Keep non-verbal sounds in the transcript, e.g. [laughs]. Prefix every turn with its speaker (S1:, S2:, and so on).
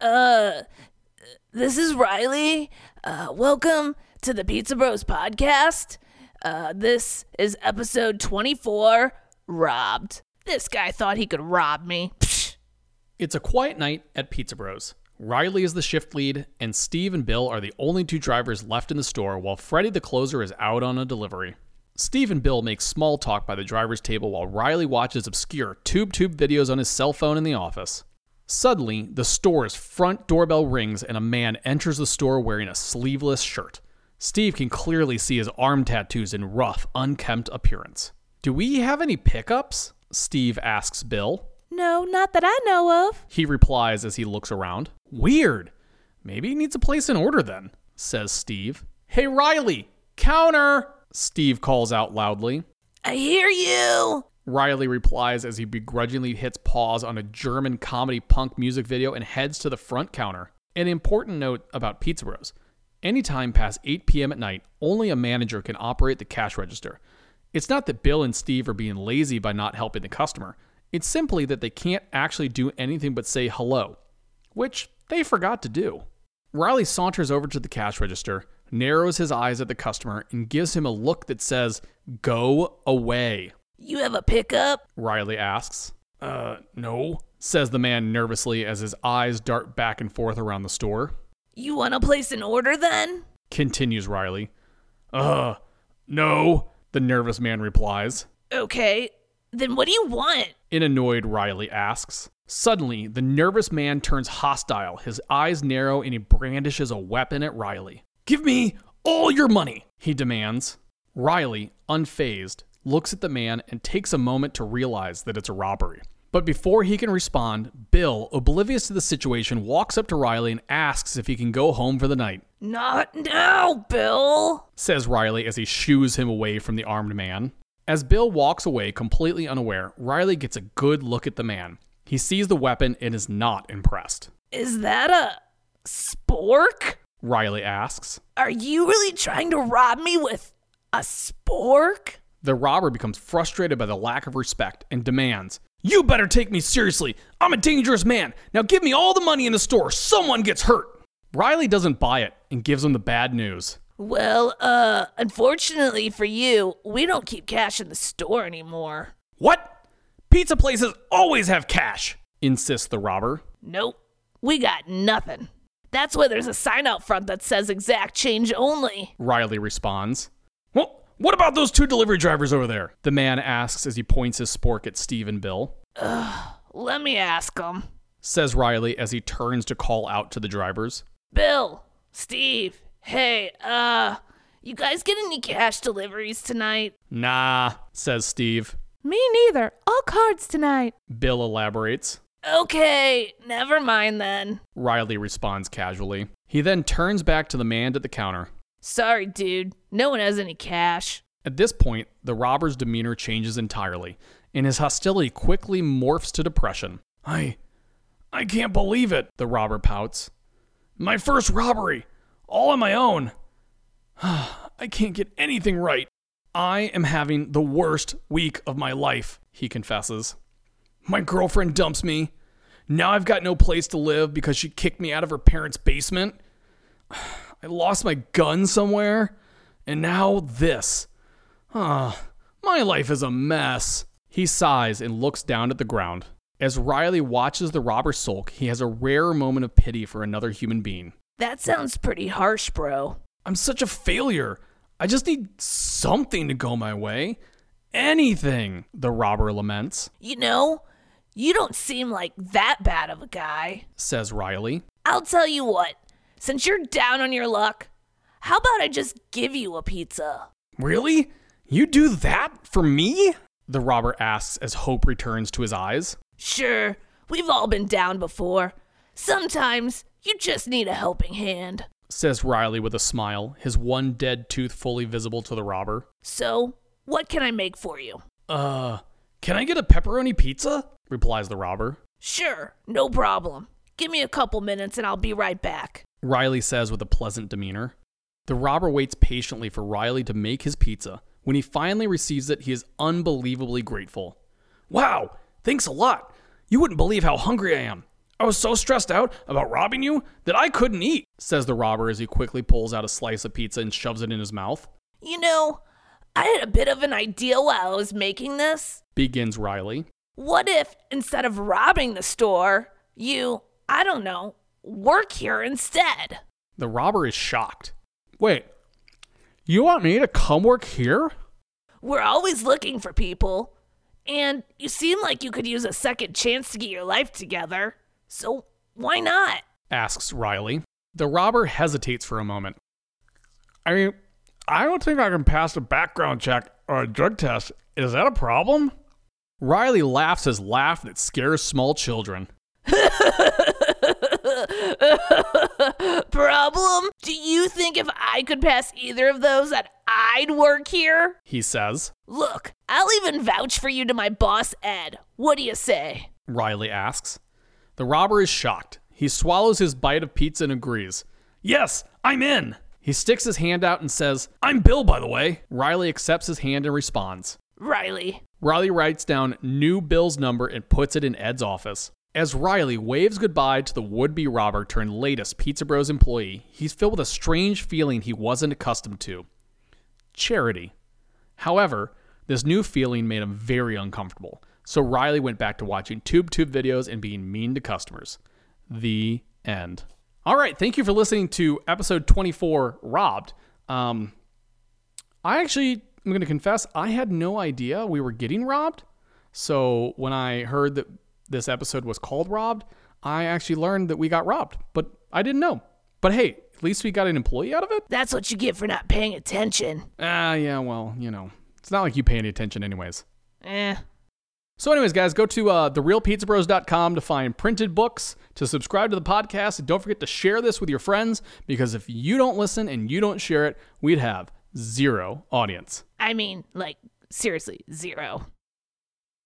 S1: Uh, this is Riley. Uh, welcome to the Pizza Bros podcast. Uh, this is episode 24 Robbed. This guy thought he could rob me. Psh.
S2: It's a quiet night at Pizza Bros. Riley is the shift lead, and Steve and Bill are the only two drivers left in the store while Freddy the closer is out on a delivery. Steve and Bill make small talk by the driver's table while Riley watches obscure tube tube videos on his cell phone in the office. Suddenly, the store's front doorbell rings and a man enters the store wearing a sleeveless shirt. Steve can clearly see his arm tattoos in rough, unkempt appearance. Do we have any pickups? Steve asks Bill.
S1: No, not that I know of.
S2: He replies as he looks around. Weird. Maybe he needs to place an order then, says Steve. Hey, Riley, counter! Steve calls out loudly.
S1: I hear you.
S2: Riley replies as he begrudgingly hits pause on a German comedy punk music video and heads to the front counter. An important note about Pizza Bros. Anytime past 8 p.m. at night, only a manager can operate the cash register. It's not that Bill and Steve are being lazy by not helping the customer. It's simply that they can't actually do anything but say hello, which they forgot to do. Riley saunters over to the cash register, narrows his eyes at the customer, and gives him a look that says, Go away.
S1: You have a pickup?
S2: Riley asks. Uh, no, says the man nervously as his eyes dart back and forth around the store.
S1: You want to place an order then?
S2: Continues Riley. Uh, no, the nervous man replies.
S1: Okay. Then what do you want?
S2: An annoyed Riley asks. Suddenly, the nervous man turns hostile, his eyes narrow, and he brandishes a weapon at Riley. Give me all your money, he demands. Riley, unfazed, looks at the man and takes a moment to realize that it's a robbery. But before he can respond, Bill, oblivious to the situation, walks up to Riley and asks if he can go home for the night.
S1: Not now, Bill.
S2: says Riley as he shoos him away from the armed man. As Bill walks away completely unaware, Riley gets a good look at the man. He sees the weapon and is not impressed.
S1: Is that a spork?
S2: Riley asks.
S1: Are you really trying to rob me with a spork?
S2: The robber becomes frustrated by the lack of respect and demands, You better take me seriously. I'm a dangerous man. Now give me all the money in the store. Someone gets hurt. Riley doesn't buy it and gives him the bad news.
S1: Well, uh, unfortunately for you, we don't keep cash in the store anymore.
S2: What? Pizza places always have cash, insists the robber.
S1: Nope, we got nothing. That's why there's a sign out front that says exact change only.
S2: Riley responds. Well, what about those two delivery drivers over there? The man asks as he points his spork at Steve and Bill.
S1: Let me ask 'em.
S2: Says Riley as he turns to call out to the drivers.
S1: Bill, Steve, hey, uh, you guys get any cash deliveries tonight?
S2: Nah, says Steve.
S1: Me neither. All cards tonight.
S2: Bill elaborates.
S1: Okay, never mind then.
S2: Riley responds casually. He then turns back to the man at the counter.
S1: Sorry, dude. No one has any cash.
S2: At this point, the robber's demeanor changes entirely, and his hostility quickly morphs to depression. I. I can't believe it, the robber pouts. My first robbery, all on my own. [sighs] I can't get anything right. I am having the worst week of my life, he confesses. My girlfriend dumps me. Now I've got no place to live because she kicked me out of her parents' basement. [sighs] I lost my gun somewhere. And now this. Ah, my life is a mess. He sighs and looks down at the ground. As Riley watches the robber sulk, he has a rare moment of pity for another human being.
S1: That sounds pretty harsh, bro.
S2: I'm such a failure. I just need something to go my way. Anything, the robber laments,
S1: You know, you don't seem like that bad of a guy.
S2: says Riley.
S1: I'll tell you what, since you're down on your luck, how about I just give you a pizza?
S2: Really? You do that for me? The robber asks as hope returns to his eyes.
S1: Sure, we've all been down before. Sometimes you just need a helping hand.
S2: says Riley with a smile, his one dead tooth fully visible to the robber.
S1: So, what can I make for you?
S2: Uh, can I get a pepperoni pizza? replies the robber.
S1: Sure, no problem. Give me a couple minutes and I'll be right back.
S2: Riley says with a pleasant demeanor. The robber waits patiently for Riley to make his pizza. When he finally receives it, he is unbelievably grateful. Wow, thanks a lot. You wouldn't believe how hungry I am. I was so stressed out about robbing you that I couldn't eat, says the robber as he quickly pulls out a slice of pizza and shoves it in his mouth.
S1: You know, I had a bit of an idea while I was making this.
S2: Begins Riley.
S1: What if instead of robbing the store, you, I don't know, work here instead?
S2: The robber is shocked. Wait, you want me to come work here?
S1: We're always looking for people, and you seem like you could use a second chance to get your life together. So why not? [laughs]
S2: asks Riley. The robber hesitates for a moment. I mean, I don't think I can pass a background check or a drug test. Is that a problem? Riley laughs his laugh that scares small children.
S1: Problem? Do you think if I could pass either of those that I'd work here?
S2: He says.
S1: Look, I'll even vouch for you to my boss, Ed. What do you say?
S2: Riley asks. The robber is shocked. He swallows his bite of pizza and agrees. Yes, I'm in. He sticks his hand out and says, I'm Bill, by the way. Riley accepts his hand and responds.
S1: Riley.
S2: Riley writes down new Bill's number and puts it in Ed's office. As Riley waves goodbye to the would be robber turned latest Pizza Bros employee, he's filled with a strange feeling he wasn't accustomed to charity. However, this new feeling made him very uncomfortable, so Riley went back to watching TubeTube videos and being mean to customers. The end. All right, thank you for listening to episode 24 Robbed. Um, I actually am going to confess, I had no idea we were getting robbed. So when I heard that this episode was called Robbed, I actually learned that we got robbed, but I didn't know. But hey, at least we got an employee out of it.
S1: That's what you get for not paying attention.
S2: Ah, yeah, well, you know, it's not like you pay any attention, anyways.
S1: Eh.
S2: So, anyways, guys, go to uh, therealpizzabros.com to find printed books, to subscribe to the podcast, and don't forget to share this with your friends because if you don't listen and you don't share it, we'd have zero audience.
S1: I mean, like, seriously, zero.